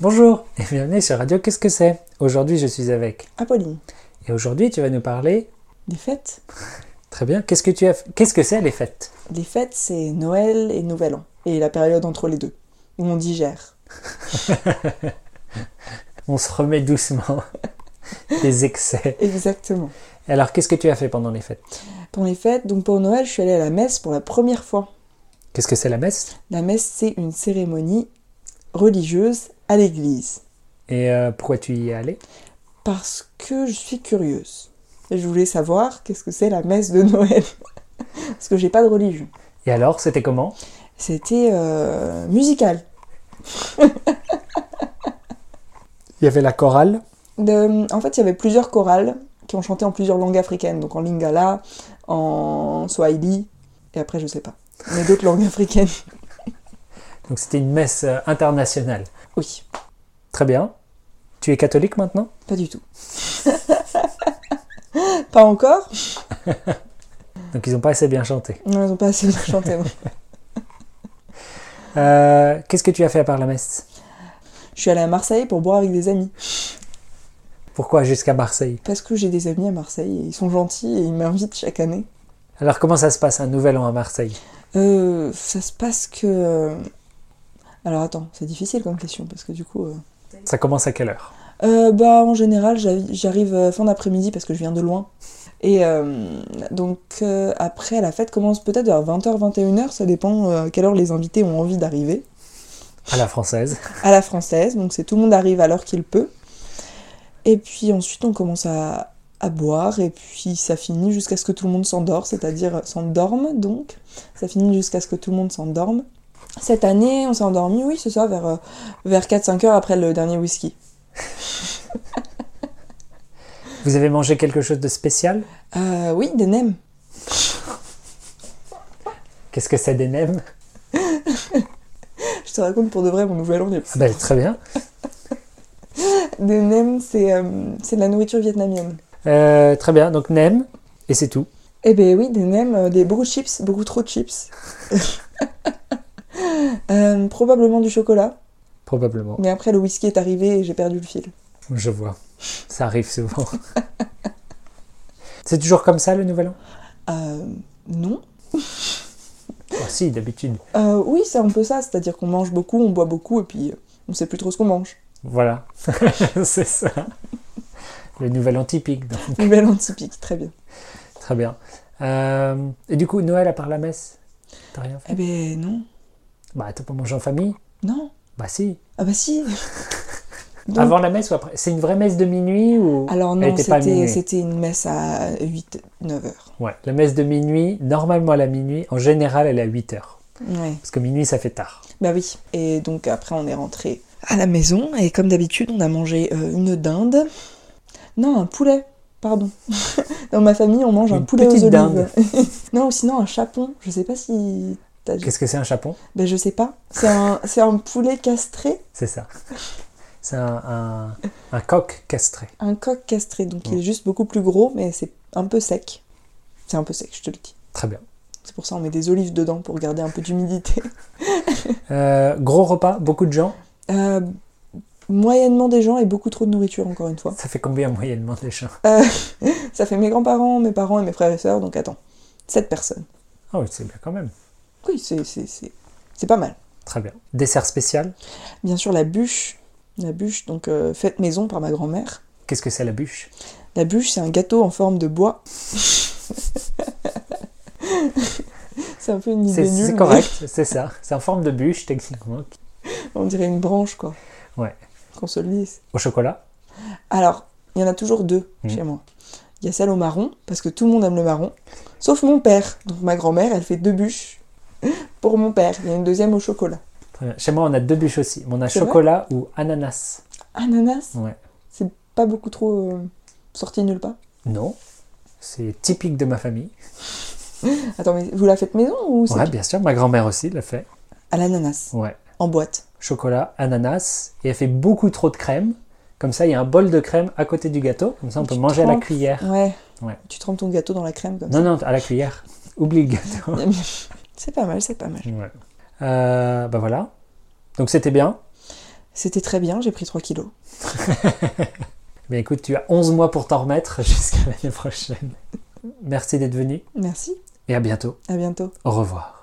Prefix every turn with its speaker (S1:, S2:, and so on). S1: Bonjour et bienvenue sur Radio Qu'est-ce que c'est Aujourd'hui je suis avec.
S2: Apolline,
S1: Et aujourd'hui tu vas nous parler.
S2: les fêtes
S1: Très bien, qu'est-ce que tu as f- Qu'est-ce que c'est les fêtes
S2: Les fêtes, c'est Noël et Nouvel An, et la période entre les deux, où on digère.
S1: On se remet doucement des excès.
S2: Exactement.
S1: Alors qu'est-ce que tu as fait pendant les fêtes
S2: Pour les fêtes, donc pour Noël, je suis allée à la messe pour la première fois.
S1: Qu'est-ce que c'est la messe
S2: La messe, c'est une cérémonie religieuse à l'église,
S1: Et euh, pourquoi tu y es allé
S2: parce que je suis curieuse. Et je voulais savoir qu'est-ce que c'est la messe de Noël, parce que j'ai pas de religion.
S1: Et alors c'était comment
S2: C'était euh, musical.
S1: Il y avait la chorale.
S2: De- en fait, il y avait plusieurs chorales qui ont chanté en plusieurs langues africaines, donc en lingala, en swahili, et après je sais pas. Mais d'autres langues africaines.
S1: Donc c'était une messe euh, internationale.
S2: Oui,
S1: Très bien. Tu es catholique maintenant
S2: pas du tout. pas encore
S1: Donc ils n'ont pas assez bien chanté.
S2: Non, ils ont pas assez bien chanté. non.
S1: Euh, qu'est-ce que tu as fait à part la messe
S2: Je suis allée à Marseille pour boire avec des amis,
S1: Pourquoi jusqu'à Marseille
S2: parce que j'ai des amis à Marseille, et ils sont gentils et ils m'invitent chaque année.
S1: Alors comment ça se passe un nouvel an à Marseille
S2: Euh, ça se passe que... euh, Alors attends, c'est difficile comme question, parce que du coup... euh,
S1: Ça commence à quelle heure
S2: Euh, bah, en général, j'arri- j'arrive euh, fin d'après-midi parce que je viens de loin. Et euh, donc, euh, après, la fête commence peut-être vers 20h, 21h, ça dépend euh, à quelle heure les invités ont envie d'arriver.
S1: À la française.
S2: À la française, donc c'est tout le monde arrive à l'heure qu'il peut. Et puis ensuite, on commence à, à boire, et puis ça finit jusqu'à ce que tout le monde s'endort, c'est-à-dire euh, s'endorme donc. Ça finit jusqu'à ce que tout le monde s'endorme. Cette année, on s'est endormi, oui, c'est ça, vers, euh, vers 4-5 heures après le dernier whisky.
S1: Vous avez mangé quelque chose de spécial
S2: Euh, oui, des nems.
S1: Qu'est-ce que c'est des nems
S2: Je te raconte pour de vrai mon nouvel an.
S1: Ah bah. ben, Très bien.
S2: Des nems, c'est euh, c'est de la nourriture vietnamienne.
S1: Euh, très bien, donc nem, et c'est tout.
S2: Eh ben oui, des nems, euh, des beaucoup de chips, beaucoup trop de chips. Euh, probablement du chocolat,
S1: Probablement.
S2: mais après le whisky est arrivé et j'ai perdu le fil.
S1: Je vois. Ça arrive souvent. c'est toujours comme ça le nouvel an
S2: Euh, non
S1: Oh si, d'habitude.
S2: Euh, Oui, c'est un peu ça, c'est-à-dire qu'on mange beaucoup, on boit beaucoup et puis euh, on sait plus trop ce qu'on mange.
S1: Voilà. c'est ça. Le nouvel an typique. donc.
S2: Nouvel an typique, très bien.
S1: Très bien. Euh, et du coup, Noël à part la messe T'as rien fait
S2: Eh ben non,
S1: Bah t'as pas mangé en famille
S2: non.
S1: Bah si.
S2: Ah bah si Donc-
S1: Avant la messe ou après C'est une vraie messe de minuit ou
S2: Alors
S1: Elle
S2: non,
S1: était pas à
S2: c'était
S1: minuit.
S2: c'était une messe à 8-9 heures.
S1: Ouais, la messe de minuit, normalement à la minuit, en général elle est à 8 heures.
S2: Ouais.
S1: Parce que minuit ça fait tard.
S2: Bah oui. Et donc après, on est rentré à la maison et comme d'habitude, on a mangé euh, une dinde. Non, un poulet. Pardon. Dans ma famille, on mange un
S1: Une
S2: poulet aux
S1: petite
S2: olives.
S1: dinde.
S2: non, ou sinon un chapon. Je sais pas si t'as dit.
S1: Qu'est-ce que c'est un chapon
S2: Ben je sais pas. C'est un, c'est un poulet castré,
S1: C'est ça. C'est un, un- un coq castré.
S2: un coq castré. Donc
S1: Mm.
S2: il est juste beaucoup plus gros, mais c'est un peu sec. C'est un peu sec, je te le dis.
S1: Très bien.
S2: C'est pour ça on met des olives dedans pour garder un peu d'humidité.
S1: Euh, gros repas, beaucoup de gens.
S2: Euh, moyennement des gens et beaucoup trop de nourriture encore une fois.
S1: Ça fait combien moyennement des gens
S2: Euh, ça fait mes grands-parents, mes parents et mes frères et sœurs, donc attends, 7 personnes.
S1: Ah oui, c'est bien quand même.
S2: Oui, c'est- c'est c'est- c'est pas mal.
S1: Très bien. Dessert spécial
S2: Bien sûr, la bûche, la bûche, donc euh, faite maison par ma grand-mère.
S1: Qu'est-ce que c'est la bûche
S2: La bûche, c'est un gâteau en forme de bois. c'est un peu une idée
S1: C'est
S2: nulle.
S1: c'est
S2: mais
S1: correct, c'est ça. C'est en forme de bûche techniquement.
S2: On dirait une branche, quoi.
S1: Ouais.
S2: Qu'on se le dise.
S1: Au chocolat
S2: Alors, il y en a toujours deux
S1: Mhm.
S2: chez moi. Il y a celle au marron, parce que tout le monde aime le marron, sauf mon père. Donc ma grand-mère, elle fait deux bûches pour mon père. Il y a une deuxième au chocolat.
S1: Très bien. Chez moi on a deux bûches aussi. Mais On a
S2: C'est vrai
S1: chocolat ou ananas.
S2: Ananas
S1: Ouais.
S2: C'est pas beaucoup trop euh, sorti nulle part.
S1: Non. C'est typique de ma famille.
S2: Attends, mais vous la faites maison ou c'est
S1: Ouais, bien sûr. Ma grand-mère aussi l'a fait.
S2: à l'ananas
S1: Ouais.
S2: en boîte
S1: chocolat, ananas, et elle fait beaucoup trop de crème. Comme ça, il y a un bol de crème à côté du gâteau. Comme ça, on
S2: Et
S1: peut
S2: tu
S1: manger à la
S2: trempes.
S1: cuillère.
S2: Ouais.
S1: Ouais.
S2: Tu trempes ton gâteau dans la crème comme
S1: Non, non, à la cuillère. Oublie le gâteau.
S2: ça. c'est pas mal, c'est pas mal.
S1: Ouais. Euh, bah voilà. Donc c'était bien.
S2: C'était très bien, j'ai pris 3 kilos.
S1: Mais écoute, tu as 11 mois pour t'en remettre jusqu'à l'année prochaine. Merci d'être venu
S2: Merci,
S1: et à bientôt.
S2: à bientôt.
S1: Au revoir.